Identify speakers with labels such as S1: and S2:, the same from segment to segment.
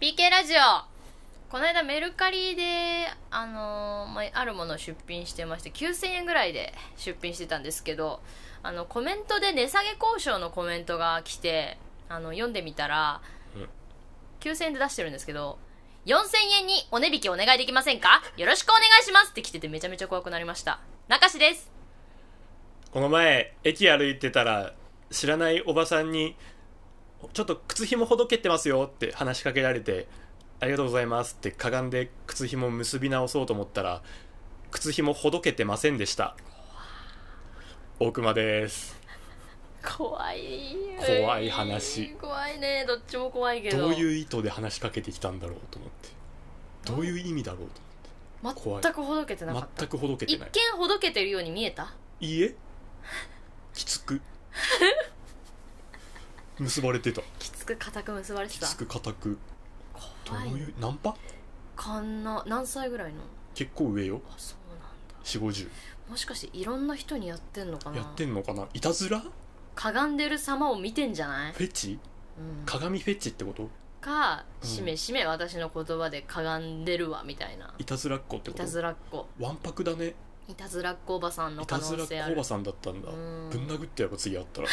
S1: PK ラジオこの間メルカリで、あのーまあ、あるものを出品してまして9000円ぐらいで出品してたんですけどあのコメントで値下げ交渉のコメントが来てあの読んでみたら、
S2: うん
S1: 9000円で出してるんですけど4000円にお値引きお願いできませんかよろしくお願いしますって来ててめちゃめちゃ怖くなりました中志です
S2: この前駅歩いてたら知らないおばさんに「ちょっと靴ひもほどけてますよ」って話しかけられて「ありがとうございます」ってかがんで靴ひも結び直そうと思ったら靴ひもほどけてませんでした大熊です
S1: 怖い
S2: 怖い話
S1: 怖いねどっちも怖いけど
S2: どういう意図で話しかけてきたんだろうと思ってどういう意味だろう怖い
S1: 全くほどけて
S2: と
S1: なか
S2: 思っ
S1: ってた
S2: 全くほどけて
S1: 一
S2: ない
S1: 見ほどけてるように見えた
S2: いいえきつ く結ばれてた
S1: きつく固く結ばれて
S2: き
S1: た
S2: つく硬くど
S1: 怖いう
S2: いうナンパ
S1: かんな何歳ぐらいの
S2: 結構上よ
S1: あそうなんだ
S2: 4 5 0
S1: もしかしていろんな人にやってんのかな
S2: やってんのかないたずら
S1: かがんでる様を見てんじゃない、
S2: フェチ
S1: うん、か
S2: 鏡フェチってことうん
S1: しめしめ私の言葉でかがんでるわみたいない
S2: たずらっ子って
S1: い
S2: こ
S1: た
S2: と
S1: ずらっ子
S2: わんぱくだね
S1: いたずらっ子おばさんの
S2: い
S1: 可
S2: たずら
S1: 能
S2: っ子
S1: 性あ
S2: お
S1: る
S2: ばさんだったんだ
S1: うん
S2: ぶん殴ってやろう次会ったら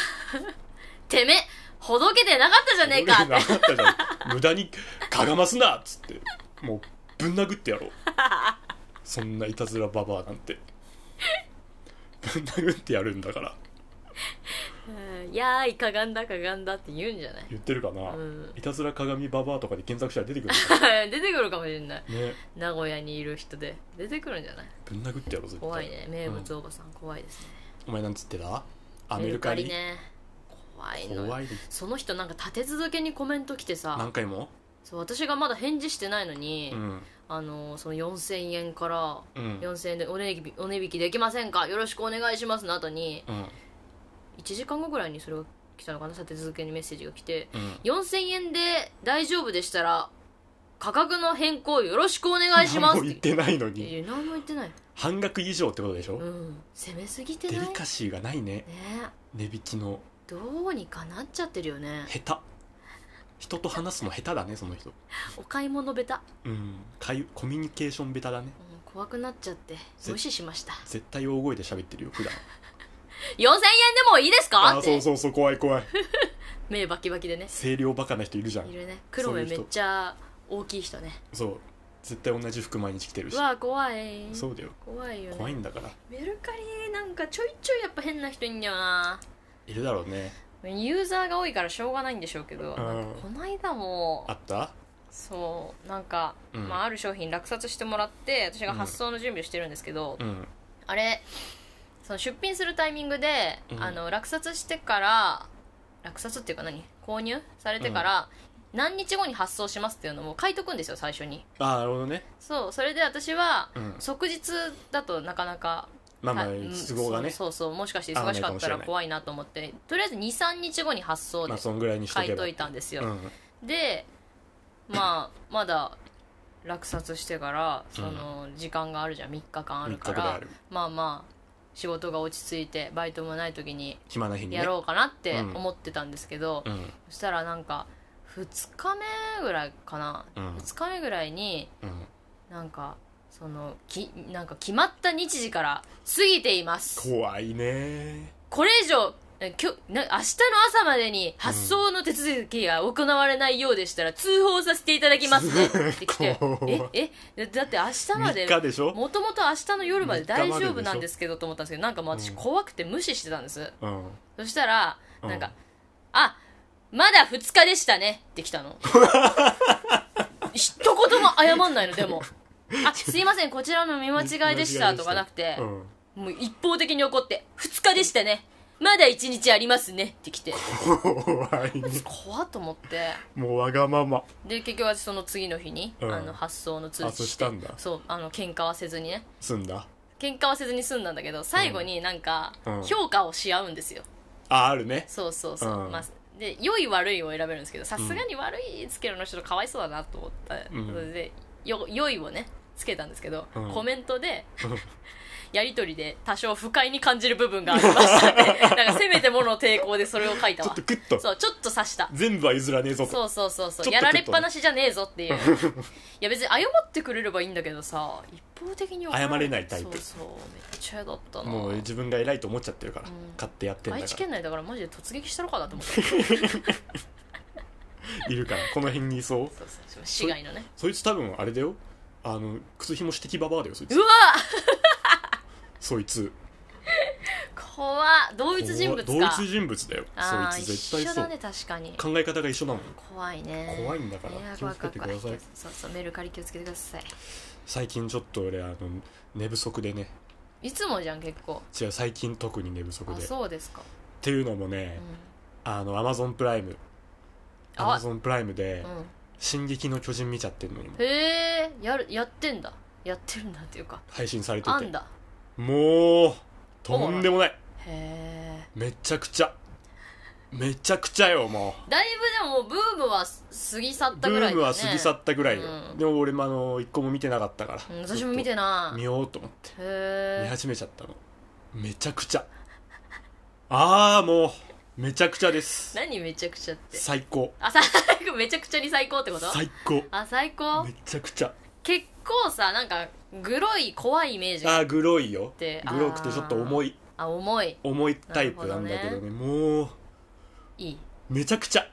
S1: てめえほどけてなかったじゃ ねえかって
S2: 俺ら会ったじゃん無駄にかがますなっつってもうぶん殴っ てやろうそんないたずらババアなんてぶん殴ってやるんだから
S1: うんやーいかがんだかがんだって言うんじゃない
S2: 言ってるかな、
S1: うん
S2: いたずら鏡ババアとかで検索したら出てくるん
S1: 出てくるかもしれない
S2: だね
S1: 名古屋にいる人で出てくるんじゃない
S2: ぶん殴ってやろう絶対
S1: 怖いね名
S2: うん
S1: 物おばさん怖いですね
S2: お前なんつってたアメルカリ
S1: メね怖いのよ
S2: 怖いで
S1: その人なんか立て続けにコメント来てさ
S2: 何回も
S1: そう私がまだ返事してないのに、
S2: うん
S1: あのその4000円から
S2: うん
S1: 4000円でお値引きお値引きできませんかよろしくお願いしますの後に
S2: うん
S1: 1時間後ぐらいにそれが来たのかな立て続けにメッセージが来て
S2: うん
S1: 4000円で大丈夫でしたら価格の変更よろしくお願いしま
S2: 何
S1: す
S2: も言ってないのに
S1: え何も言ってない
S2: 半額以上ってことでしょ、
S1: うん攻めすぎてな
S2: デ
S1: い
S2: リ
S1: ね
S2: カシーがないね値引きの
S1: どうにかなっちゃってるよね
S2: 下手人と話すの下手だねその人
S1: お買い物ベタ、
S2: うん会コミュニケーション下手だ
S1: う
S2: ね
S1: ん、怖くなっちゃって
S2: ぜ
S1: 無視しました
S2: 絶対大声で喋ってるよ普段
S1: 4000円でもいいですか
S2: あ
S1: っ
S2: ー
S1: て
S2: そうそうそう怖い怖い
S1: 目バキバキでね
S2: 声量バカな人いるじゃん
S1: いるね黒目
S2: そうい
S1: め
S2: う人
S1: っちゃ大きい人ね
S2: そう絶対同じ服毎日着てる
S1: う
S2: し
S1: わ怖い
S2: そうだよ
S1: 怖いよ
S2: 怖い
S1: ね
S2: んだから
S1: メルカリなんかちょいちょいやっぱ変な人いんだよない
S2: るだろうね
S1: ユーザーが多いからしょうがないんでしょうけど、
S2: ん
S1: なんかこの間も
S2: あった
S1: そうなんか、
S2: うん
S1: まあ、ある商品落札してもらって私が発送の準備をしてるんですけど、
S2: うん
S1: あれその出品するタイミングで、
S2: うん
S1: あの落札してから落札っていうか何購入されてから、何日後に発送しますっていうのを書いとくんですよ最初に
S2: ああなるほどね
S1: そうそれで私は、
S2: うん
S1: 即日だとなかなか
S2: まあまあ
S1: たうん
S2: 都合がね
S1: そうそうそうもしかして忙しかったら怖いなと思ってとりあえず23日後に発送で
S2: まあそんぐらいにしと
S1: 書
S2: け
S1: い
S2: ば
S1: といたんですよ、
S2: うん
S1: でまあまだ落札してからその時間があるじゃん3日間ある
S2: 3日
S1: か
S2: ぐらい
S1: ら
S2: ある
S1: まあまあ仕事が落ち着いてバイトもない時に
S2: 暇な日にね
S1: やろうかなって
S2: うん
S1: 思ってたんですけど、
S2: うん
S1: そしたらなんか2日目ぐらいかな、
S2: うん
S1: 2日目ぐらいに
S2: うん
S1: なんかそのきなんか決まった日時から過ぎています
S2: 怖いね
S1: これ以上え今日な明日の朝までに発送の手続きが行われないようでしたら通報させていただきますねって来て
S2: 怖い
S1: ええだって明日まで
S2: 3日でし ょ
S1: もともと明日の夜まで大丈夫なん
S2: 3日まででしょ
S1: ですけどと思ったんですけどなんかもう私
S2: うん
S1: 怖くて無視してたんです、
S2: うん
S1: そしたら
S2: うん
S1: なんか「あまだ2日でしたね」って来たの一言も謝んないのでも「あすいませんこちらの見間違いでした」とかなくて
S2: う、ん
S1: もう一方的に怒って「2日でしたねまだ1日ありますね」って来て
S2: 怖いね
S1: 怖っと思って
S2: もうわがまま
S1: で結局私その次の日に、
S2: うん
S1: あの発送の通知
S2: 発送
S1: し
S2: してたんだ
S1: そうあの喧嘩はせずにね
S2: すんだ
S1: 喧嘩はせずに済んだんだけど最後になんか
S2: うん
S1: 評価をし合うんですよ、
S2: ああるね
S1: そうそうそう、
S2: うん
S1: まあ、で良い悪いを選べるんですけどさすがに悪いつけるの人かわいそうだなと思った、
S2: うん
S1: それでよ良いをねつけたんですけど、
S2: うん
S1: コメントでやり取りで多少不快に感じる部分がありましたね なんかせめてもの抵抗でそれを書いた
S2: ちょ
S1: わ
S2: っとグッと
S1: そうちょっと刺した
S2: 全部は譲らねえぞと
S1: そうそうそうそ
S2: ちょ
S1: う
S2: っと
S1: やられっぱなしじゃねえぞっていういや別に謝ってくれればいいんだけどさ一方的に怒ら
S2: 謝れないタイプ
S1: そうそうめっちゃ嫌だったな
S2: もう自分が偉いと思っちゃってるから、
S1: うん
S2: 買ってやってんだ
S1: 愛
S2: か
S1: 知県内だからマジで突撃したのかなと思って
S2: らいるからこの辺にいそう
S1: そうそうそう市外のね
S2: そいつ多分あれだよあの靴ひも指摘ババアだよそいうつ
S1: わ
S2: そいつ
S1: 怖っ同一人物か
S2: 同一人物だよ
S1: あ
S2: そ
S1: ー
S2: いつ絶対
S1: 一緒
S2: そう、
S1: だね確かに
S2: 考え方が一緒だもん
S1: 怖いね
S2: 怖いんだから
S1: や
S2: 気をつけてください
S1: 怖怖怖そうそうメルカリ気をつけてください
S2: 最近ちょっと俺あの寝不足でね
S1: いつもじゃん結構
S2: 違う最近特に寝不足
S1: あ
S2: でっ
S1: そうですか、
S2: ていうのもね、あのアマゾンプライムア
S1: あ
S2: マゾンプライムで
S1: うん、うん
S2: 「進撃の巨人」見ちゃってるのにも
S1: へえやるやってんだやってるんだっていうか
S2: 配信されて
S1: あ
S2: て
S1: んだ
S2: もうとんでもない
S1: へえ
S2: めちゃくちゃめちゃくちゃよも
S1: だいぶでもブームは過ぎ去っ
S2: う
S1: た
S2: ブ
S1: ぐらいだ、ね、
S2: ームは過ぎ去ったぐらいよ、
S1: うん
S2: でも俺もあの一個も見てなかったから、
S1: うん私も見て
S2: な
S1: な
S2: 見
S1: い
S2: ようと思って見
S1: へえ
S2: 始めちゃったのめちゃくちゃああもうめちゃくちゃです
S1: 何めちゃくちゃって
S2: 最高
S1: あ最高めちゃくちゃに最高ってこと
S2: 最高
S1: あ最高
S2: めちゃくちゃ
S1: 結構さなんかグロい怖いイメージが
S2: あーグロいよ
S1: で
S2: グロくてちょっと重い
S1: あ重い
S2: 重いタイプなんだけどねもう
S1: いい
S2: めちゃくちゃ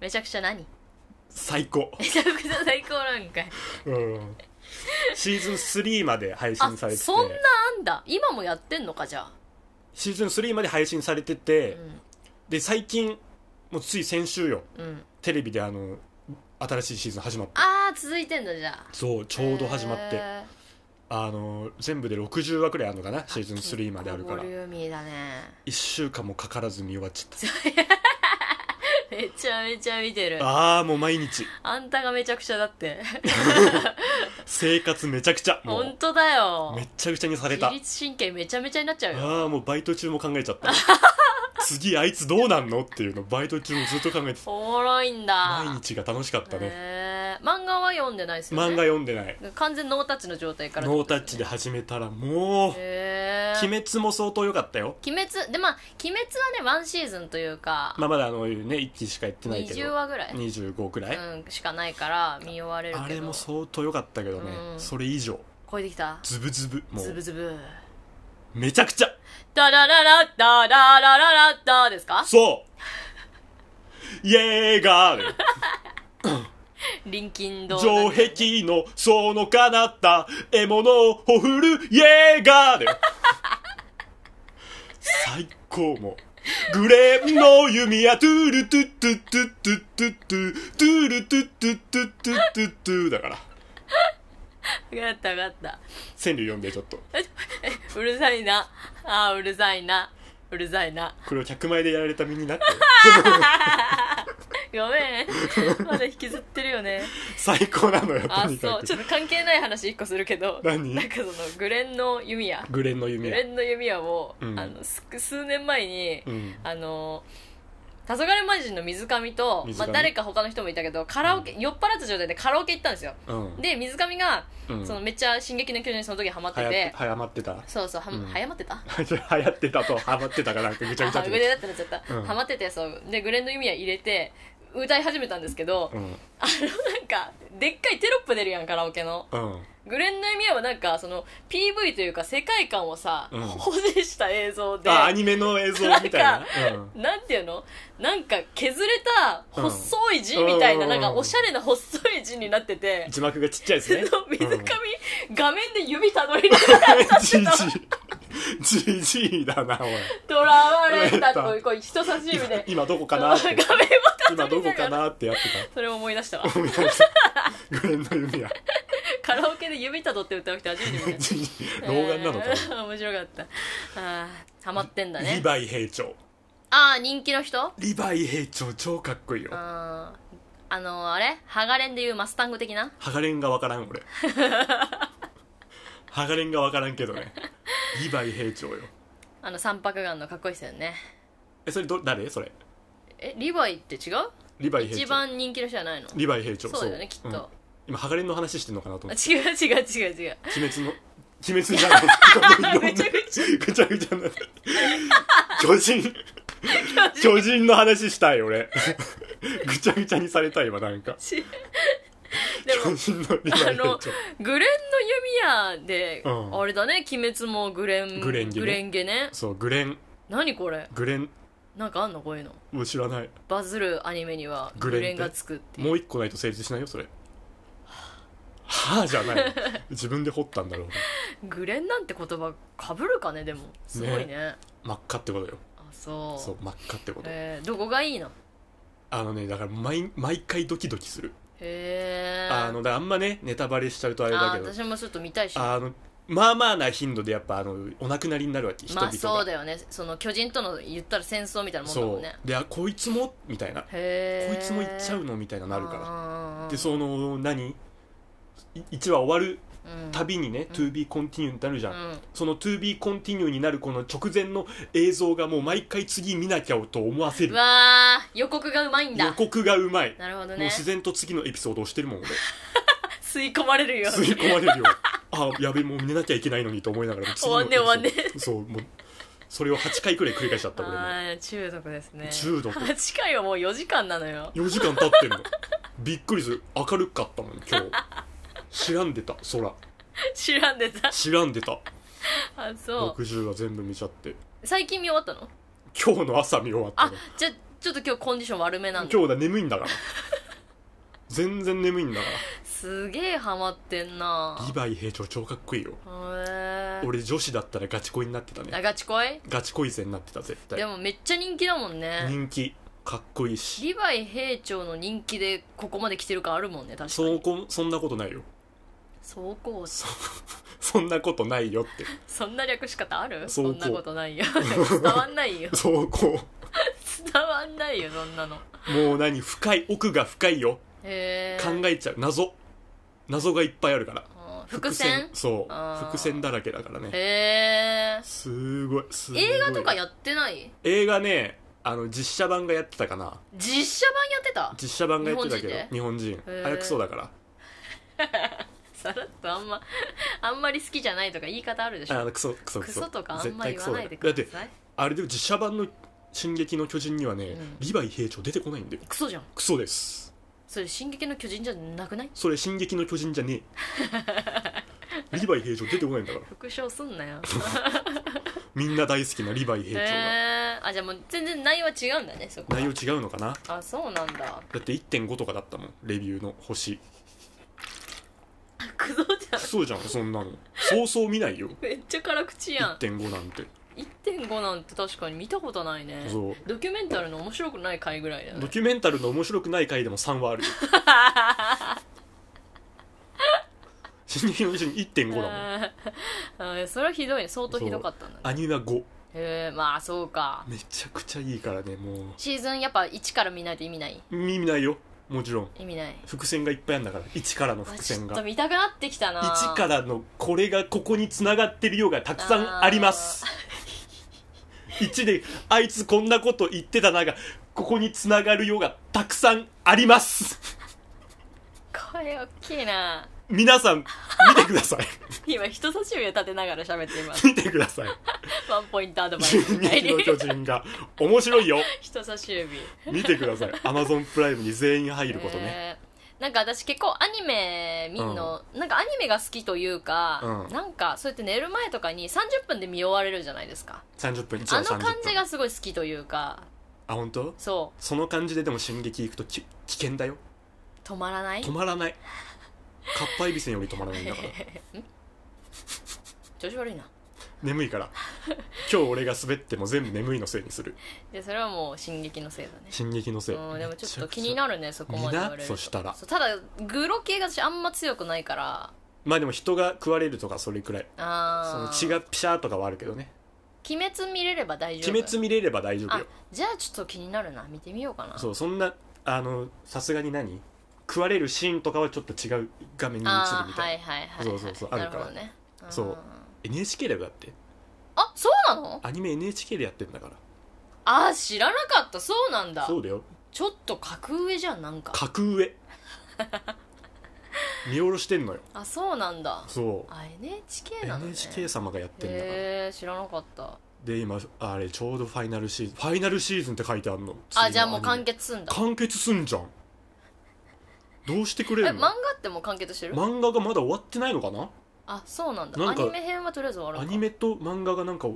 S1: めちゃくちゃ何
S2: 最高、
S1: めちゃくちゃ最高なんかい
S2: うん、シーズン3まで配
S1: あ
S2: 信されてて
S1: そんなあんだ今もやってんのかじゃあ、
S2: シーズン3まで配信されてて、
S1: う
S2: で最近もうつい先週よ
S1: んうん、
S2: テレビであの新しいシーズン始まった
S1: ああ続いてんだじゃあ
S2: そうちょうど始まって、
S1: へー
S2: あの全部で60話くらいあるのかなシーズン3まであるから
S1: ボリューミーだね
S2: 1週間もかからず見終わっちゃっ
S1: めちゃめちゃ見てる
S2: た
S1: あ
S2: ああもう毎日
S1: んたがめちゃくちゃだって
S2: 生活めちゃくちゃも
S1: 本当だよ
S2: うめっちゃくちゃにされ
S1: 自
S2: た
S1: 律神経めちゃめちゃになっちゃうよ
S2: ああもうバイト中も考えちゃった 次あいつどうなんのっていうのバイト中もずっと考えてた
S1: おもろいんだ
S2: 毎日が楽しかったね
S1: へー漫画は読んでないですよね
S2: 漫画読んでない
S1: 完全ノータッチの状態から
S2: ノータッチで始めたらもう
S1: へ
S2: 「
S1: ー
S2: 鬼滅」も相当良かったよ
S1: 鬼滅でまあ鬼滅はねワンシーズンというか、
S2: まあまだあのね1期しかやってないけ
S1: 20
S2: ど
S1: 話ぐらい、
S2: 25くらい
S1: うん、しかないから見終われるけど
S2: あれも相当良かったけどね
S1: うん
S2: それ以上
S1: 超えてきた
S2: ズブズブも
S1: ズブ
S2: う
S1: ズブ
S2: めちゃくちゃ
S1: ダラララダララララダですか
S2: そうイエーガール
S1: 臨近堂
S2: 城壁のそのかなった獲物をほふるイエーガ ール最高もうグレーンの弓矢トゥルトゥトゥトゥトゥトゥトゥトゥルトゥトゥトゥトゥトゥトゥだから
S1: 分かった分かった
S2: 川柳読んでちょっと
S1: うるさいなあーうるさいなうるさいな
S2: これを100枚でやられた身になって
S1: ごめんまだ引きずってるよ ね
S2: 最高なのよ
S1: あ
S2: とに
S1: そ
S2: か
S1: うちょ
S2: く
S1: っと関係ない話一個するけど
S2: 何
S1: なんかそのグレンの弓矢
S2: グレンの
S1: グ
S2: 弓矢
S1: レンの弓矢を、
S2: うん
S1: あのす数年前に、
S2: うん
S1: あの黄昏魔人の水上と
S2: 水
S1: ま
S2: 上
S1: あ、誰か他の人もいたけどカラオケ、酔っ払った状態でカラオケ行ったんですよ
S2: うん
S1: で水上が、
S2: うん
S1: そのめっちゃ「進撃の巨人」にその時ハマって
S2: はや
S1: て
S2: はやまってた
S1: そうそうは、
S2: うん
S1: 早まってた
S2: 流行ってたとハマってたからなんかぐちゃぐち ゃ
S1: あ
S2: っ
S1: グ
S2: て
S1: レだってなっちゃった、
S2: うん
S1: ハマっててそうでグレンの弓矢入れて歌い始めたんですけど、
S2: うん
S1: あのなんかでっかいテロップ出るやんカラオケの
S2: うん
S1: グレンの弓矢はなんかその PV というか世界観をさ、
S2: うん
S1: 補正した映像で
S2: あアニメの映像みたいな
S1: なんか
S2: うん
S1: なんていうのなんか削れた
S2: うん
S1: 細い字みたいな、
S2: うん
S1: なんかおしゃれな細い字になってて、
S2: 字幕がちっちゃいですね
S1: その水上、
S2: うん
S1: 画面で指たどりながら
S2: じじじじいだなおい
S1: ドラわれたというこう人差し指
S2: 今
S1: で
S2: 今どこか
S1: その
S2: な
S1: 画
S2: っ
S1: 面をた
S2: て今
S1: どり
S2: どこ
S1: なが
S2: からなってやって
S1: それを思い出したわ
S2: た思い出したグレンの弓矢
S1: カラオケで指たどって歌う人初めて見た
S2: じじい老眼なのか
S1: えー 面白かったあーハマってんだ
S2: なリ
S1: ね
S2: ヴァイ兵長
S1: ああ人気の人
S2: リヴァイ兵長超かっこいいよ
S1: あーあのー、あれハガレンでいうマスタング的な
S2: ハガレンがわからん俺ハガレンがわからんけどねリヴァイ兵長よ
S1: あの三白眼のかっこいいですよね
S2: えそれど誰それ
S1: えリヴァイって違う
S2: リヴァイ兵
S1: 一
S2: 長
S1: 番人気の人じゃないの
S2: リヴァイ兵長
S1: そうだよねきっと
S2: うん今ハガレンの話してんのかなと
S1: あ
S2: 思って
S1: 違う違う違う違う
S2: 鬼滅の鬼滅じゃ ない
S1: めちゃくちゃ
S2: ぐちゃぐちゃになって 巨人巨人の話したい俺ぐちゃぐちゃにされたいわなんか
S1: しで
S2: 巨
S1: も
S2: 人のリマ
S1: あ
S2: イ
S1: のグレンの弓矢で、
S2: うん
S1: あれだね鬼滅もグレン
S2: グレンゲね
S1: ゲね
S2: そうグレン
S1: 何これ
S2: グレン
S1: なんかあんのこういうの
S2: もう知らない
S1: バズるアニメには
S2: グ
S1: グ
S2: レンって
S1: レンがつくっていう
S2: もう一個ないと成立しないよそれはあじゃない自分で掘ったんだろう
S1: グレンなんて言葉かぶるかねでもすごいね
S2: 真っ赤ってことよ
S1: あそう
S2: そう真っ赤ってこと
S1: えーどこがいいの
S2: あのねだから毎毎回ドキドキする
S1: へえ
S2: あのだからあんまねネタバレしちゃうとあれだ
S1: あ
S2: けど
S1: 私もちょっと見たいし
S2: あのまあまあな頻度でやっぱあのお亡くなりになるわけ人々
S1: ま
S2: が、
S1: あそうだよねその巨人との言ったら戦争みたいなもんだもんね
S2: そうであこいつもみたいなこ
S1: へえ
S2: いつも行っちゃうのみたいななるか
S1: から
S2: でその何1話終わる
S1: うん
S2: たびに
S1: う
S2: ね、
S1: ん
S2: TOBECONTINUE になるじゃん、
S1: うん
S2: その TOBECONTINUE になるこの直前の映像がもう毎回次見なきゃと思わせ
S1: う
S2: る
S1: わー予告がうまいん
S2: 予
S1: だ
S2: 告がうまい、
S1: なるほど
S2: もう
S1: ね
S2: 自然と次のエピソードをしてるもん俺
S1: 吸い込まれるよう
S2: 吸い
S1: に
S2: 込まれるよ あやべもう見なきゃいけないのにと思いながら
S1: 終わんね
S2: 次のエピソー
S1: 終わ
S2: ド
S1: ん
S2: そうもうそれを8回くらい繰り返しちゃった俺も
S1: あー中毒ですね
S2: 中毒
S1: 8回はもう4時間なのよ
S2: 4時間経ってるのびっくりする明るかったもん今日知らんでた空
S1: 知らんでた
S2: 知らんでた
S1: あそう
S2: 60は全部見ちゃって
S1: 最近見終わったの
S2: 今日の朝見終わった
S1: あ
S2: の
S1: じゃあちょっと今日コンディション悪めなんだ
S2: 今日だ眠いんだから全然眠いんだか
S1: すげえハマってんな
S2: らリヴァイ兵長超かっこいいよ
S1: へえ
S2: 俺女子だったらガチ恋になってたね
S1: あガチ恋
S2: ガチ恋勢になってた絶
S1: で
S2: 対
S1: もめっちゃ人気だもんね
S2: 人気かっこいいし
S1: リヴァイ兵長の人気でここまで来てる感あるもんね確か
S2: そ
S1: に
S2: こそんなことないよ
S1: 走行
S2: そそんなことないよって
S1: そんな略し方ある
S2: 走
S1: そ
S2: 行
S1: んなこと ないよ伝わんないよ
S2: そうこ
S1: 伝わんないよそんなの
S2: うもう何深い奥が深いよ
S1: へえ
S2: 考えちゃう謎謎がいっぱいあるから
S1: 伏線
S2: そう
S1: あー
S2: 伏線だらけだからね
S1: へえ
S2: すごいすごい
S1: 映画とかやってない
S2: 映画ねあの実写版がやってたかな
S1: 実写版やってた
S2: 実写版がやってたけど日
S1: 日
S2: 本人
S1: へー
S2: あれクソだから
S1: さらっとあんま あんまり好きじゃないとか言い方あるでし
S2: あ
S1: ょ
S2: のクソクソ
S1: クソとかあん
S2: 絶
S1: まり言わ
S2: 対クソだ
S1: ない
S2: か
S1: で
S2: ら
S1: く
S2: だっ
S1: だ
S2: て
S1: さい
S2: あれでも実写版の「進撃の巨人」にはね、
S1: ん
S2: リヴァイ兵長出てこないんだよ
S1: クソじゃん
S2: クソです
S1: それ「進撃の巨人」じゃなくない
S2: それ「進撃の巨人」じゃね えリヴァイ兵長出てこないんだから
S1: 復唱すんなよ
S2: みんな大好きなリヴァイ兵長が
S1: へえあじゃあもう全然内容は違うんだねそこは
S2: 内容違うのかな
S1: あそうなんだ
S2: だって1.5とかだったもんレビューの星
S1: クソじゃん
S2: そうじゃんそんなのそうそう見ないよ
S1: めっちゃ辛口やん
S2: 1.5なんて
S1: 1.5なんて確かに見たことないね
S2: そう
S1: ドキュメンタルの面白くない回ぐらいだよ
S2: ド
S1: ね
S2: キュメンタルの面白くない回でも3はあるよ進撃の巨人1.5だもん
S1: あー それはひどいね相当ひどかったんだね
S2: アニメは5
S1: へえまあそうか
S2: めちゃくちゃいいからねも
S1: シーズンやっぱ1から見ないと意味ないう
S2: 意味ないよもちろん
S1: 意味ない
S2: 伏線がいっぱいあるんだから1からの
S1: あ
S2: 伏
S1: ちょ
S2: 線
S1: っと
S2: が
S1: 見たくなってきたな
S2: 1からのこれがここに繋がってるようがたくさんあります1であいつこんなこと言ってたながここに繋がるようがたくさんあります
S1: 声大きいな
S2: 皆さん見てください
S1: 今人差し指を立てながら喋 っています
S2: 見てください
S1: ワンポイントアドバイス
S2: 進
S1: みたい
S2: 撃
S1: に
S2: の巨人が面白いよ
S1: 人差し指
S2: 見てくださいアマゾンプライムに全員入ることね、
S1: えーなんか私結構アニメ見んの、なんかアニメが好きというか、
S2: うん
S1: なんかそうやって寝る前とかに30分で見終われるじゃないですか
S2: 30分1
S1: あ
S2: 話
S1: の
S2: 30分
S1: 感じがすごい好きというか
S2: あ本当？
S1: そ
S2: その感じででも進撃行くとき危険だよ
S1: う止まらない
S2: 止まらないかっぱえびせんより止まらないんだから
S1: 調子悪いな
S2: 眠いから今日俺が滑っても全部眠いのせいにする
S1: でそれはもう進撃のせいだね
S2: 進撃のせい
S1: うん、でもちょっと気
S2: め
S1: に
S2: ゃく
S1: なるねそこまで言われると
S2: みなそしたら
S1: そうただグロ系が私あんま強くないから
S2: まあでも人が食われるとかそれくらいそ
S1: あ
S2: の
S1: あ
S2: 血がピシャーとかはあるけどね
S1: 鬼滅見れれば大丈夫
S2: 鬼滅見れれば大丈夫
S1: あ
S2: よ
S1: じゃあちょっと気になるな見てみようかな
S2: そうそんなあのさすがに何食われるシーンとかはちょっと違う画面に映る
S1: あ
S2: み
S1: あは
S2: たい
S1: いはいはい
S2: そうそうそうあるから
S1: なほどねあー
S2: そう NHK だよだって
S1: あそうなの
S2: アニメ NHK でやってんだから
S1: あー知らなかったそうなんだ
S2: そうだよ
S1: ちょっと格上じゃんなんか
S2: 格上見下ろしてんのよ
S1: あそうなんだ
S2: そう
S1: あ NHK なのね
S2: NHK 様がやってんだから、
S1: へえ知らなかった
S2: で今あれちょうどファイナルシーズンファイナルシーズンって書いてあるの
S1: あじゃあもう完
S2: 完結
S1: 結すんだ
S2: 完結すんじゃんどうしてく
S1: え
S2: れる
S1: 漫
S2: の
S1: 画ってもう完結してる
S2: 漫画がまだ終わってないのかな
S1: あそうなんだ
S2: なん
S1: ア
S2: か
S1: ニメ編はとりあえず終わる
S2: ア
S1: のか
S2: ニメと漫画がなんか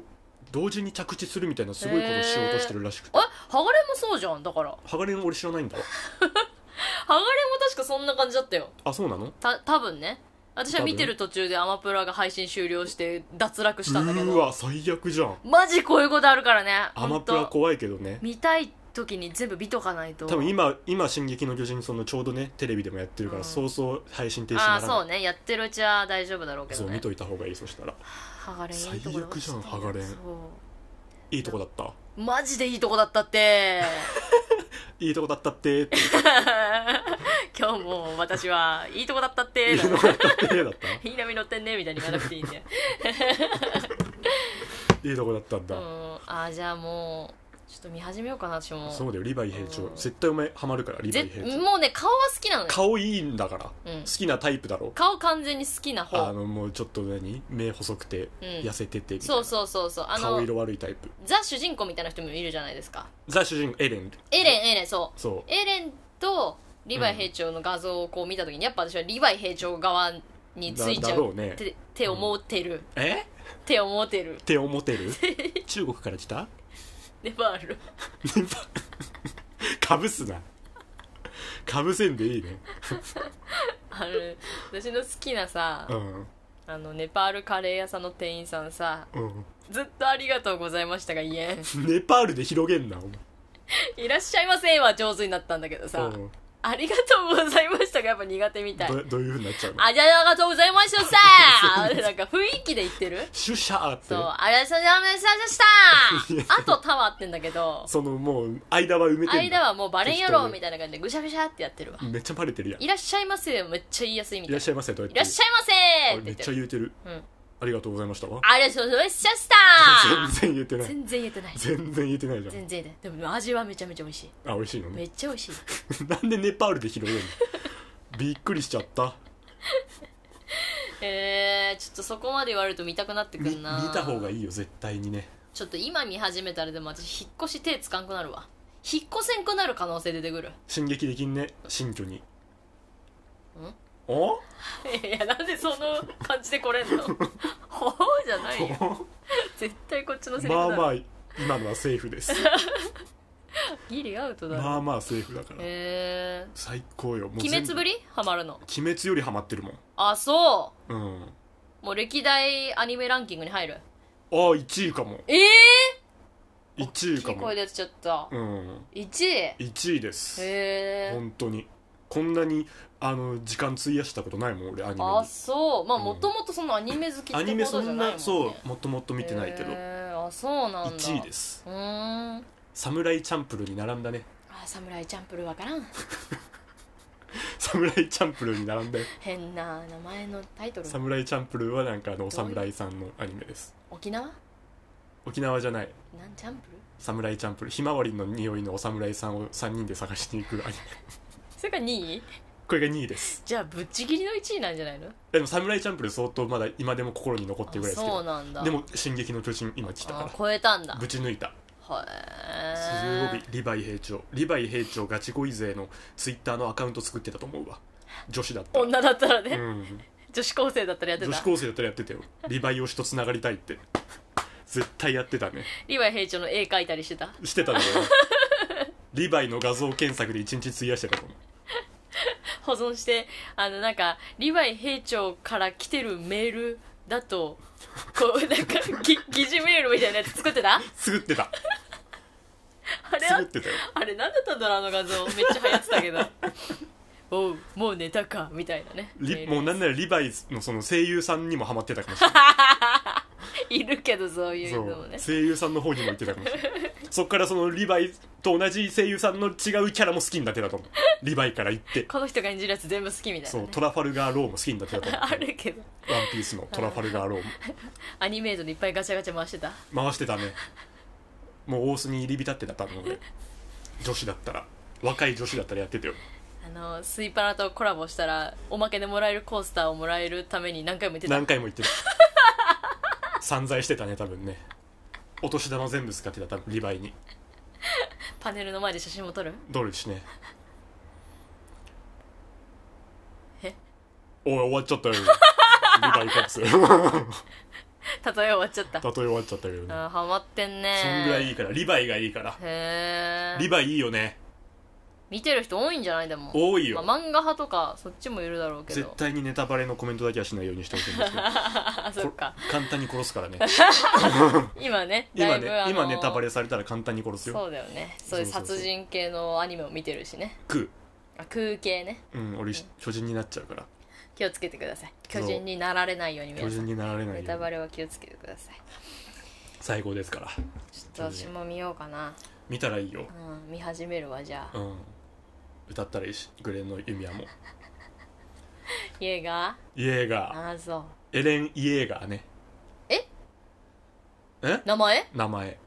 S2: 同時に着地するみたいなすごいことしようとしてるらしくて
S1: えハガレンもそうじゃんだから
S2: ハガレン俺知らないんだわ
S1: ハガレンも確かそんな感じだったよ
S2: あそうなの
S1: た多分ね私は見てる途中でアマプラが配信終了して脱落したんだけ
S2: う
S1: ど
S2: わ最悪じゃん
S1: マジこういうことあるからね
S2: アマプラ
S1: ほんと
S2: 怖いけどね
S1: 見たい時に全部見とかないと
S2: 多分今「今進撃の巨人」そのちょうどねテレビでもやってるから、
S1: うん
S2: そうそう配信停止に
S1: ああ
S2: ならない
S1: そうねやってるうちは大丈夫だろうけ
S2: そ
S1: ど
S2: う
S1: ね
S2: 見といた方がいいそしたら
S1: ハガレンいいとこ
S2: 最悪じゃん
S1: だよ
S2: ハガレン
S1: そう
S2: いいとこだった
S1: マジでいいとこだったって
S2: いいとこだったってって
S1: 今日も私はいいとこだったって
S2: いいとこだったってだっ
S1: いい波乗ってんねみたいに言わなくていいん で
S2: たいいとこだったん
S1: う
S2: だ、
S1: んああじゃあもうちょっと見始めようかな私も
S2: そうだよリヴァイ兵長、
S1: うん
S2: 絶対お前ハマるからリヴァ
S1: ぜ
S2: イ兵長
S1: もうね顔は好きなのよ
S2: 顔いいんだから、
S1: うん
S2: 好きなタイプだろ
S1: 顔完全に好きな
S2: あ
S1: 方
S2: のもうちょっと何目細くて、
S1: うん
S2: 痩せててみたいな
S1: そうそうそうそうあ
S2: 顔
S1: の
S2: 色悪いタイプ
S1: ザ主人公みたいな人もいるじゃないですか
S2: ザ主人公エレン
S1: エレンエレンそう
S2: そ
S1: エレンとリヴァイ兵長の画像をこう見た時にやっぱ私はリヴァイ兵長側に
S2: う
S1: ついち
S2: だ
S1: ゃ
S2: だ
S1: う
S2: ろうね
S1: って手を持ってる、
S2: え
S1: 手を持ってる
S2: って思ってる中国から来た
S1: ネパール
S2: かぶすなかぶせんでいいね
S1: あれ私の好きなさ、
S2: うん
S1: あのネパールカレー屋さんの店員さんさ
S2: うん
S1: ずっとありがとうございましたが言えん
S2: ネパールで広げんなお前
S1: いらっしゃいませは上手になったんだけどさ、
S2: うん
S1: ありがとうございましたがやっぱ苦手みたい
S2: どどういうふうになっちゃうの
S1: あじゃあありがとうございましたさなんか雰囲気で言ってる
S2: シュシャーって
S1: そう
S2: そ
S1: ありがとうございましたあとタワーってんだけ ど
S2: のもう間は埋めてんだ
S1: 間はもうバレんやろみたいな感じでぐしゃぐしゃってやってるわ
S2: めっちゃバレてるやんい
S1: いらっしゃいませめっちゃ言いやすいみたい
S2: ら
S1: な
S2: っしゃいませと
S1: いらっしゃいませって
S2: め
S1: 言っ
S2: っ
S1: て
S2: ちゃ
S1: る
S2: 言うてる、
S1: うん
S2: ありがとうございましたわ
S1: ありがとうございました
S2: 全然言えてない
S1: 全然言えてない
S2: 全然言えてないじゃん
S1: 全然言えてないでも味はめちゃめちゃ美味しい
S2: あ美味しいの
S1: め
S2: ね
S1: っちゃ美味しい
S2: なんでネパール で広げんのびっくりしちゃった
S1: えー、ちょっとそこまで言われると見たくなってく
S2: み
S1: ん
S2: 見
S1: な
S2: た方がいいよ絶対にね
S1: ちょっと今見始めたらでも私引っ越し手つかんくなるわ引っ越せんくなる可能性出てくる
S2: 進撃できんね新居にんお
S1: いやなんでその感じで来れんの ほうじゃないよ絶対こっちのセリフだ
S2: まあ
S1: ろ、
S2: まあ今のはセー フです
S1: ギリアウトだろ、
S2: まあまあセーフだから
S1: え
S2: 最高よも
S1: ー、
S2: う全
S1: 鬼滅
S2: 部
S1: ぶりハマるの
S2: 鬼滅よりハマってるもん
S1: あそ
S2: うん
S1: うもう歴代アニメランキングに入る
S2: ああ1位かも
S1: ええ
S2: 1
S1: ー、
S2: 位か
S1: 大きい
S2: も
S1: 声出ちゃった、
S2: うん
S1: 1位へ
S2: 1位です
S1: え
S2: 本当にこんなにあの時間費やしたことないもん俺アニメに
S1: あそうまあ
S2: うん
S1: もともとそのアニメ好きってこ
S2: ア
S1: とじゃな
S2: ニ
S1: いもん、
S2: メ
S1: ね、
S2: そんなそ
S1: へ
S2: うもっともっと見てないけど
S1: えあそうなんだ
S2: 1位
S1: す
S2: です
S1: うーんあ
S2: 「サムライチャンプルー」に並んだね
S1: サムライチャンプルーわからん
S2: 「サムライチャンプルー」に並んだよ
S1: 変な名前のタイトル
S2: サムライチャンプルーはなんかあのお侍さんのアニメです
S1: 沖縄
S2: 沖縄じゃない
S1: なんチャンプルー
S2: サムライチャンプルーひまわりの匂いのお侍さんを3人で探しに行くアニメ
S1: それが2位
S2: これが2位です
S1: じゃあぶっちぎりの1位なんじゃないの
S2: でもサムライチャンプルー相当まだ今でも心に残ってるぐらいですけ
S1: そう
S2: ど
S1: なんだ
S2: でも「進撃の巨人」今来た
S1: あ
S2: か
S1: 超えたんだ
S2: ら
S1: へ
S2: ぶち抜いた
S1: え
S2: 水曜日リヴァイ兵長リヴァイ兵長ガチ恋勢のツイッターのアカウント作ってたと思うわ女子だったら
S1: 女だったらね、
S2: うん
S1: 女子高生だったらやって
S2: 女子
S1: た
S2: 高生だったらやってたよリヴァイ推しとつながりたいって絶対やってたね
S1: リヴァイ兵長の絵描いたりしてた
S2: して ただろうねリヴァイの画像検索で1日費やしてたと思う
S1: 保存してあのなんかリヴァイ兵長から来てるメールだとこうなんかぎ疑似メールみたいなやつ作ってた
S2: 作ってた
S1: あれ
S2: 作
S1: は
S2: ってたよ
S1: あれ何だったんだろうあの画像めっちゃ流行ってた けどおうもう寝たかみたいなねメ
S2: リ
S1: ール
S2: もうなんならリヴァイのその声優さんにもハマってたかもしれない
S1: るけどそうい
S2: いうそ
S1: のも
S2: う
S1: ね
S2: 声優さんの方にも行ってたかもしれない そっからそのリヴァイと同じ声優さんの違うキャラも好きになってたと思うリヴァイから行って
S1: この人が演じるやつ全部好きみたいな、
S2: そう
S1: ね、
S2: トラファルガー・ローも好きになってたと思う
S1: あるけど
S2: ワンピースのトラファルガーロー
S1: アニメートでいっぱいガチャガチャ回してた
S2: も回してたねもう大須に入り浸ってた多分俺女子だったら若い女子だったらやってたよ
S1: あのスイパラとコラボしたらおまけでもらえるコースターをもらえるために何回も言ってた
S2: 何回も言ってる散財してたね多分ねお年玉全部使ってた多分リバイに
S1: パネルの前で写真も撮る
S2: ドルしね
S1: え
S2: おい終わっち ゃったよリバイカッツ例
S1: 例え終わっちゃった
S2: え終わっちゃったけどね
S1: あーハマってんね
S2: そんぐらいいいからリバイがいいから
S1: へ
S2: リ
S1: え
S2: バイいいよね
S1: 見てる人多いんじゃないでも
S2: 多いよ
S1: まあ、漫画派とかそっちもいるだろうけ
S2: 絶
S1: ど
S2: 対にネタバレのコメントだけはしないようにしてほしいんですけど
S1: あ そっか
S2: こ簡単に殺すからね
S1: 今ねだ
S2: 今
S1: いぶ、
S2: ね、
S1: あのー
S2: 今ネタバレされたら簡単に殺すよ
S1: そうだよねそういう
S2: そうそうそう
S1: 殺人系のアニメを見てるしね
S2: 食
S1: あ空系ね
S2: ううん俺巨人になっちゃうから
S1: 気をつけてください
S2: そう
S1: 巨人になられないように
S2: 巨
S1: 皆さ
S2: 人
S1: ん
S2: になられない
S1: ネ
S2: よ
S1: タ
S2: う
S1: バ
S2: に
S1: レは気をつけてください
S2: 最高ですから
S1: ちょっと私も見ようかな、
S2: 見たらいいよ
S1: うん、見始めるわじゃあ
S2: うん歌ったらいいしグレンの弓矢も
S1: イエガ
S2: イエー
S1: ー
S2: ガー
S1: ああそう
S2: エレン・イエーガーね
S1: え
S2: え
S1: 名前
S2: 名前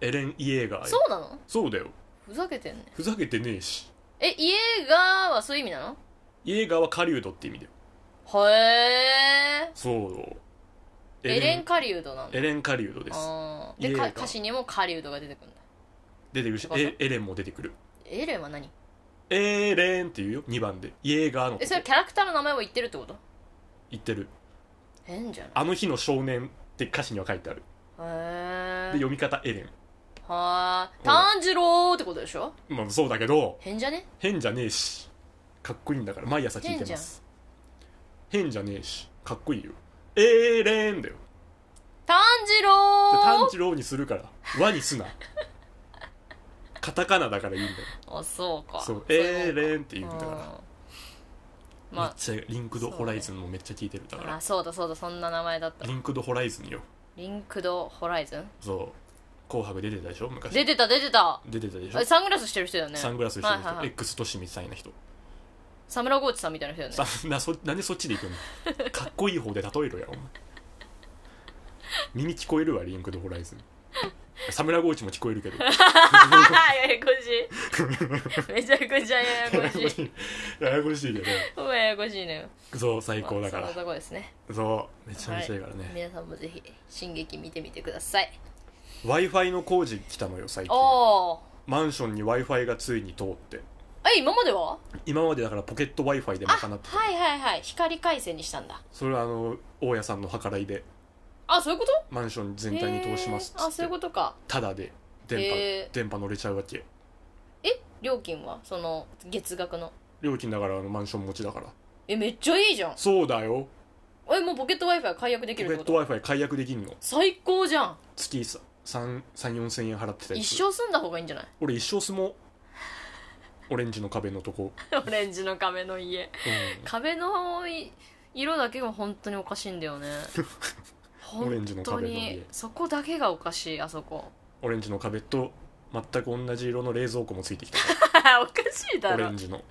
S2: えエレン・イエーガーよ
S1: そうなの
S2: そうだよ
S1: ふざけてんね
S2: ふざけてねえし
S1: えイエガーはそういう意味なの
S2: イエーガーは狩人って意味だよ
S1: へえ
S2: そう
S1: エレン・カリウドなんだ
S2: エレン・カリウドです
S1: あー
S2: イ
S1: で
S2: エ
S1: か
S2: ガー
S1: 歌詞にもカリウドが出てくるんだ
S2: 出てくるし
S1: わかった
S2: エエレンも出てくる
S1: エレンは何
S2: エレンって言うよ2番でイエーガーのこ
S1: え
S2: と
S1: それキャラクターの名前を言ってるってこと
S2: 言ってる
S1: 変じゃ
S2: あの日の少年って歌詞には書いてあるで
S1: ないへえ
S2: 読み方エレン
S1: はーい炭治郎ってことでしょ
S2: まあそうだけど
S1: 変じゃね
S2: 変じゃねえしかっこいいんだから毎朝聞いてます変じゃねえしかっこいいよエーレンだよで
S1: 炭治郎
S2: 炭治郎にするから和に すなカタカナだからいいんだよ
S1: あそうか
S2: そう
S1: い
S2: エー
S1: もんか
S2: レンって言うんだから
S1: うん
S2: めっ
S1: ま
S2: ちゃリンクドホライズンもめっちゃ聞いてるだか
S1: あ
S2: ら
S1: あそうだそうだそんな名前だった
S2: リンクドホライズンよ
S1: リンクド・ホライズン
S2: そう紅白出てたでしょ昔
S1: 出てた出てた
S2: 出てたでしょ
S1: えサングラスしてる人だよね
S2: サングラスしてる
S1: はいはい
S2: 人
S1: はい
S2: X としみたいな人
S1: サムラゴーチさんみたいな人だよね
S2: さ なそなんでそっちで行く のかっこいい方で例えろやお前耳聞こえるわリンクドホライズンサムラゴーチも聞こえるけど
S1: ややこしいめちゃくちゃややこしい
S2: ややこしいけど
S1: ほんまややこしいね
S2: そう最高だか
S1: まあそんなと
S2: ら
S1: こですね
S2: そうめちゃめちゃいいからね、
S1: 皆さんもぜひ進撃見てみてください
S2: w i f i の工事来たのよ最近
S1: おー
S2: マンションに w i f i がついに通って
S1: え今までは
S2: 今までだからポケット w i f i で
S1: あ
S2: 賄ってた
S1: はいはいはい光回線にしたんだ
S2: それはあの大家さんの計らいで
S1: あそういうこと
S2: マンション全体に通します
S1: へ
S2: っつっ
S1: ー
S2: て
S1: あそういうことか
S2: ただで電波、
S1: へー
S2: 電波乗れちゃうわけ
S1: え料金はその月額の
S2: 料金だからあのマンション持ちだから
S1: えめっちゃいいじゃん
S2: そうだよ
S1: えもうポケット w i f i 解約でき
S2: ポ
S1: るっ
S2: ケ
S1: て
S2: ッ
S1: こ
S2: ト
S1: と
S2: w i f i 解約できんの
S1: 最高じゃん
S2: 月34000円払ってたやつ
S1: 一生住んだ方がいいんじゃない
S2: 俺一生住もうオレンジの壁のとこ、
S1: オレンジの壁の家
S2: う
S1: 壁のい色だけが本当におかしいんだよね
S2: オレンジ
S1: 本
S2: の
S1: 当
S2: 壁の家
S1: にそこだけがおかしいあそこ
S2: ん、オレンジの壁と全く同じ色の冷蔵庫もついてきた か
S1: おかしい
S2: ら
S1: だ
S2: オレ
S1: ろ
S2: ンジの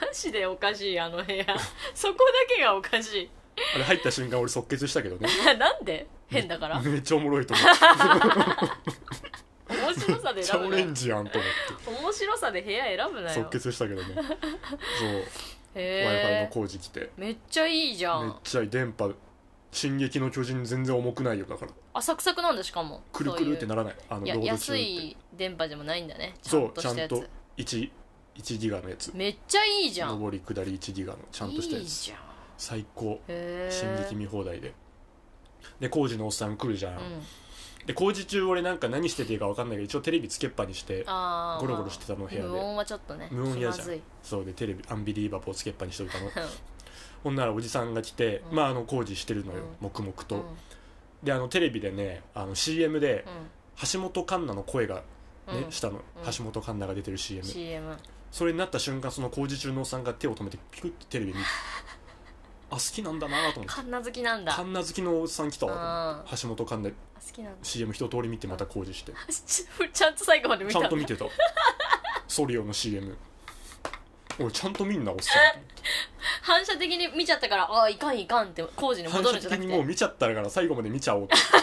S1: マジでおかしいあの部屋 そこだけがおかし
S2: あれ入った瞬間俺即決したけど ね
S1: いなんで変だから
S2: めっちゃおもろいと思って
S1: 面白さで
S2: めっちゃ
S1: 選
S2: オ
S1: ぶな
S2: レ
S1: よ
S2: ンジやんと思っ
S1: 面白さで部屋選ぶ
S2: て
S1: なよ
S2: 即決したけどねそう w i f i の
S1: へえ
S2: 工事来て
S1: めっちゃいいじゃ
S2: めっ
S1: ん
S2: ちゃいい電波進撃の巨人全然重くないよだから
S1: あサクサクなんだしかも
S2: くるくるって
S1: な
S2: ならないあのロード中
S1: 安
S2: って
S1: い電波でもないんだねちゃ
S2: そ
S1: ん
S2: う
S1: と
S2: ちゃ
S1: した
S2: ん
S1: や
S2: と
S1: つ
S2: 1, 1ギガのやつ
S1: めっちゃいいじゃん
S2: 上り下り1ギガのちゃんとしたや
S1: いい
S2: つ
S1: じゃん
S2: 最高
S1: へえ
S2: 進撃見放題でで工事のおっさん来るじゃん、
S1: うん
S2: で工事中俺なんか何してていいか分かんないけど一応テレビつけっぱにして
S1: あー
S2: ゴロゴロしてたの部屋で
S1: 無音はちょっとね
S2: 無音嫌じ
S1: 気
S2: ゃ
S1: まず
S2: ん
S1: い
S2: そうでテレビアンビリーバボーつけっぱにしといたの
S1: うん
S2: ほんならおじさんが来て、
S1: うん
S2: まああの工事してるのよ、
S1: うん
S2: 黙々と、
S1: うん
S2: であのテレビでねあの CM で
S1: うん
S2: 橋本環奈の声がね、
S1: うん
S2: したの、橋本環奈が出てる CM
S1: CM
S2: それになった瞬間その工事中のおっさんが手を止めてピクってテレ ビ見てあ好きなんだなと思って
S1: カンナ好きなんだ
S2: カンナ好きのおっさん来たわと思
S1: あ
S2: って橋本環奈
S1: 好きなんだ
S2: CM 一通り見てまた工事し て
S1: ちゃんと最後まで見
S2: ちゃ
S1: たの
S2: んと 見てたソリオの CM おいちゃんと見んなおっさん
S1: 反射的に見ちゃったからああいかんいかんって工事に
S2: 反
S1: 戻るん
S2: 射
S1: じゃ
S2: 的
S1: なく
S2: にもう
S1: て
S2: 見ちゃったから最後まで見ちゃおうって最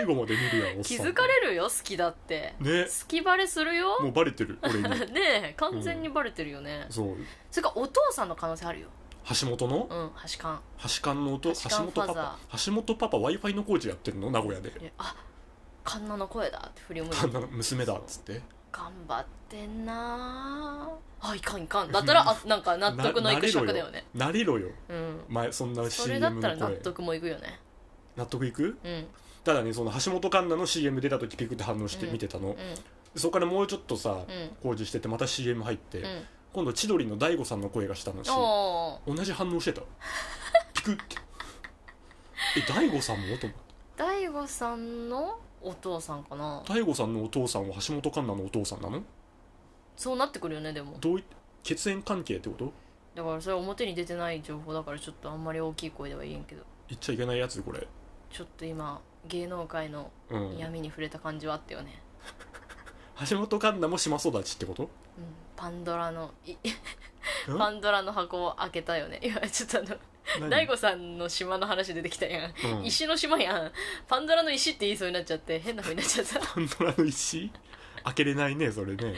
S2: 最後まで見るやんおっ
S1: 気
S2: さん
S1: づかれるよ好きだって
S2: ね
S1: 好きバレするよ
S2: もうバレてる俺に
S1: ねえ完全にバレてるよね、
S2: そう
S1: それからお父さんの可能性あるよ
S2: 橋本の
S1: うん橋勘
S2: 橋勘の音
S1: 橋
S2: 橋
S1: 勘
S2: 本パ
S1: ファザ
S2: パ橋本パパ w i f i の工事やってんの名古屋で
S1: えあカンナの声だって振り向い
S2: 旦
S1: て
S2: 那の娘だっつって
S1: 頑張ってんなああいかんいかんだったらあなんか納得のいく尺だよね
S2: なれろよ
S1: うん
S2: 前そんな
S1: それだ
S2: CM
S1: ったら
S2: の
S1: 納
S2: 声
S1: 得もいくよね
S2: 納得いく
S1: うんうん
S2: ただねその橋本環奈の CM 出た時ピクって反応して
S1: うん
S2: 見てたの、そこからもうちょっとさ、
S1: うん
S2: 工事しててまた CM 入って、
S1: うん
S2: 今度千鳥の大悟さんの声がしたのし
S1: おー
S2: 同じ反 応してたピクってえ大悟さんもと思って
S1: 大悟さんのお父さんかな
S2: 大悟さんのお父さんは橋本環奈のお父さんなの
S1: そうなってくるよねでも
S2: どうい血縁関係ってこと
S1: だからそれは表に出てない情報だからちょっとあんまり大きい声では言えんけど
S2: 言っちゃいけないやつこれ
S1: ちょっと今芸能界の
S2: うん
S1: 闇に触れた感じはあったよね、
S2: 橋本環奈も島育ちっ てこと
S1: うん、パンドラのい
S2: ん
S1: パンドラの箱を開けたよねいやちょっとあの
S2: 何
S1: 大悟さんの島の話出てきたやん、
S2: うん
S1: 石の島やんパンドラの石って言いそうになっちゃって変な風になっち ゃった
S2: パンドラの石開けれないねそれね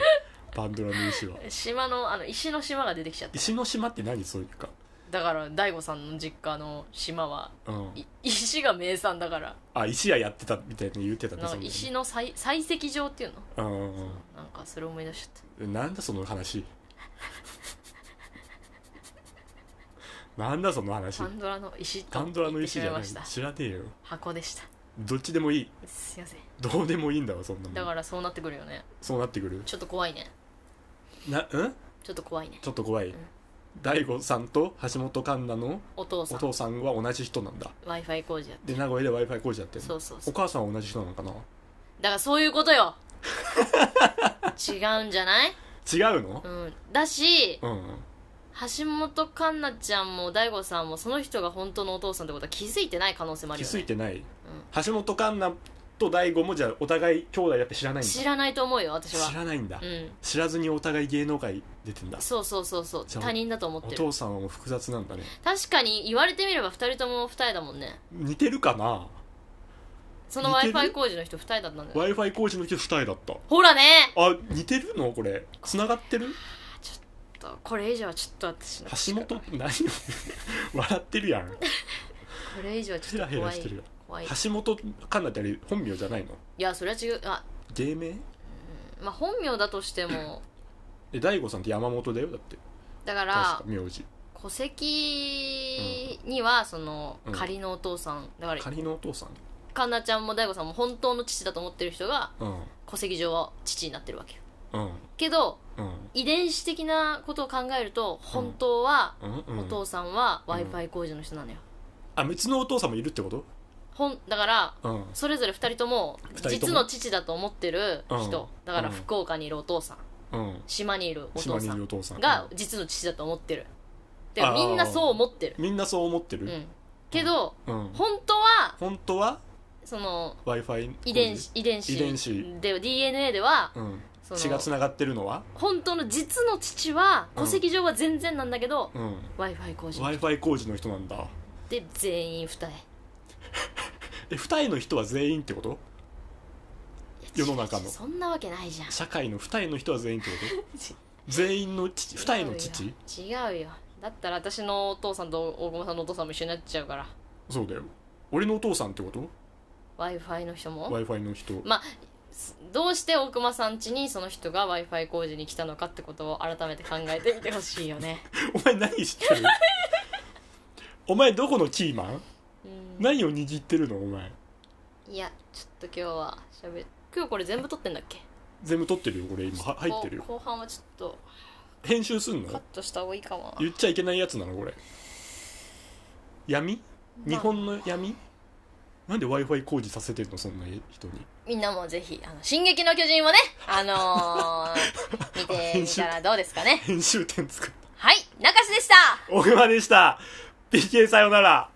S2: パンドラの石は
S1: 島のあの石の島が出てきちゃった
S2: 石の島って何そういうか
S1: だから大悟さんの実家の島は
S2: うん
S1: い石が名産だから
S2: あ石屋やってたみたいに言ってたね
S1: なんか
S2: その
S1: 石の採採石場っていうの
S2: うんうん
S1: なんかそれ思い出しちゃっ
S2: うんなんだそ の話なんだその話
S1: たパンドラの石と
S2: パンドラの石じゃ
S1: 言っ
S2: ない
S1: てしまいました
S2: 知らねえよ
S1: 箱でした
S2: どっちでもいい
S1: すいません
S2: どうでもいいんだわそん
S1: だ
S2: なも
S1: か
S2: ん
S1: らそうなってくるよね
S2: そうなってくる
S1: ちょっと怖いね
S2: なうん
S1: ちょっと怖いね
S2: ちょっと怖い、
S1: ん
S2: 大悟さんと橋本環奈の
S1: お父さ
S2: お
S1: ん
S2: 父さんは同じ人なんだ
S1: w i f i 工事やって
S2: で名古屋で w i f i 工事やってる
S1: そうそうそ
S2: お母さんは同じ人なのかな
S1: だからそういうことよ違うんじゃない
S2: 違うの
S1: うんだし
S2: うん、
S1: 橋本環奈ちゃんも大悟さんもその人が本当のお父さんってことは気づいてない可能性もある
S2: 気
S1: よね
S2: づいてない、橋本環奈と大悟もじゃあお互い兄弟だって知らないんだ
S1: 知らないと思うよ私は
S2: 知らないんだ、
S1: うん
S2: 知らずにお互い芸能界出てんだ
S1: そうそうそうそう
S2: じゃあ
S1: 他人だと思っ
S2: お
S1: てる
S2: 父さんはもう複雑なんだね
S1: 確かに言われてみれば2人とも2人だもんね
S2: 似てるかな
S1: その w
S2: 似て
S1: i
S2: る
S1: f i 工事の人2人だったんだよ
S2: w i f i 工事の人二重だった
S1: ほらね
S2: あ似てるのこれ繋がってる
S1: これ以上はちょっと私の
S2: 橋本何を笑ってるや
S1: こ
S2: ん
S1: れ以上はちょっと
S2: ヘラヘ
S1: 怖
S2: ラ
S1: い
S2: してるよ
S1: 怖いい
S2: 橋本環奈ってあれ本名じゃないの
S1: やそれは違うあ
S2: 芸名
S1: まあ本名だとしても
S2: え大悟さんって山本だよだって
S1: だか
S2: 確から名字
S1: 戸籍にはその
S2: うん
S1: 仮のお父さんだから
S2: 仮のお父さん
S1: 環奈ちゃんも大悟さんも本当の父だと思ってる人が
S2: うん
S1: 戸籍上は父になってるわけよ
S2: うん
S1: けど
S2: うん
S1: 遺伝子的なことを考えると本当は
S2: うんう
S1: お
S2: ん
S1: 父さんは
S2: うん
S1: w i f i 工事の人なのよ
S2: あ別のお父さんもいるってこと
S1: ほんだから
S2: うん
S1: それぞれ2人とも
S2: 二人とも
S1: 実の父だと思ってる人、
S2: うん
S1: だから
S2: うん
S1: 福岡にいるお父さん
S2: うん
S1: 島にいるお
S2: 島
S1: 父
S2: にい
S1: さ
S2: る
S1: ん
S2: お父さん
S1: が実の父だと思ってるで
S2: あー
S1: みんなそう思ってる
S2: みんなそう思って
S1: う
S2: る
S1: んけど
S2: うん
S1: 本当は
S2: 本当は
S1: その
S2: w i f i
S1: 遺伝子遺伝子
S2: 遺伝子
S1: で DNA では
S2: うん
S1: その
S2: 血がつながってるのは
S1: 本当の実の父は
S2: うん
S1: 戸籍上は全然なんだけど
S2: うん
S1: w i f i 工事
S2: w i f i 工事の人なんだ
S1: で全員2人
S2: え二重の人は全員ってこと世の中の
S1: そんなわけないじゃん
S2: 社会の二重の人は全員ってこと 全員の父二重の父
S1: 違うよ違うよだったら私のお父さんと大久保さんのお父さんも一緒になっちゃうから
S2: そうだよ俺のお父さんってこと
S1: w i f i の人も
S2: w i f i の人
S1: まあすどうして大熊さん家にその人が w i f i 工事に来たのかってことを改めて考えてみてほしいよね
S2: お前何知 ってるお前どこのキーマ
S1: う
S2: ン
S1: ん
S2: 何を握ってるのお前
S1: いやちょっと今日はしゃべ今日これ全部撮ってんだっけ
S2: 全部撮ってるよこれ今は入ってるよ
S1: 後後半はちょっと
S2: 編集すん
S1: カッ
S2: の
S1: トした方がいいかもな
S2: 言っちゃいけないやつなのこれ闇
S1: まあ
S2: 日本の闇なんで w i f i 工事させてんのそんな人に
S1: みんなもぜひ「あの進撃の巨人」をねあの ー、見てみたらどうですかね
S2: 編集点作った
S1: はい中志でした
S2: 大熊でした PK さよなら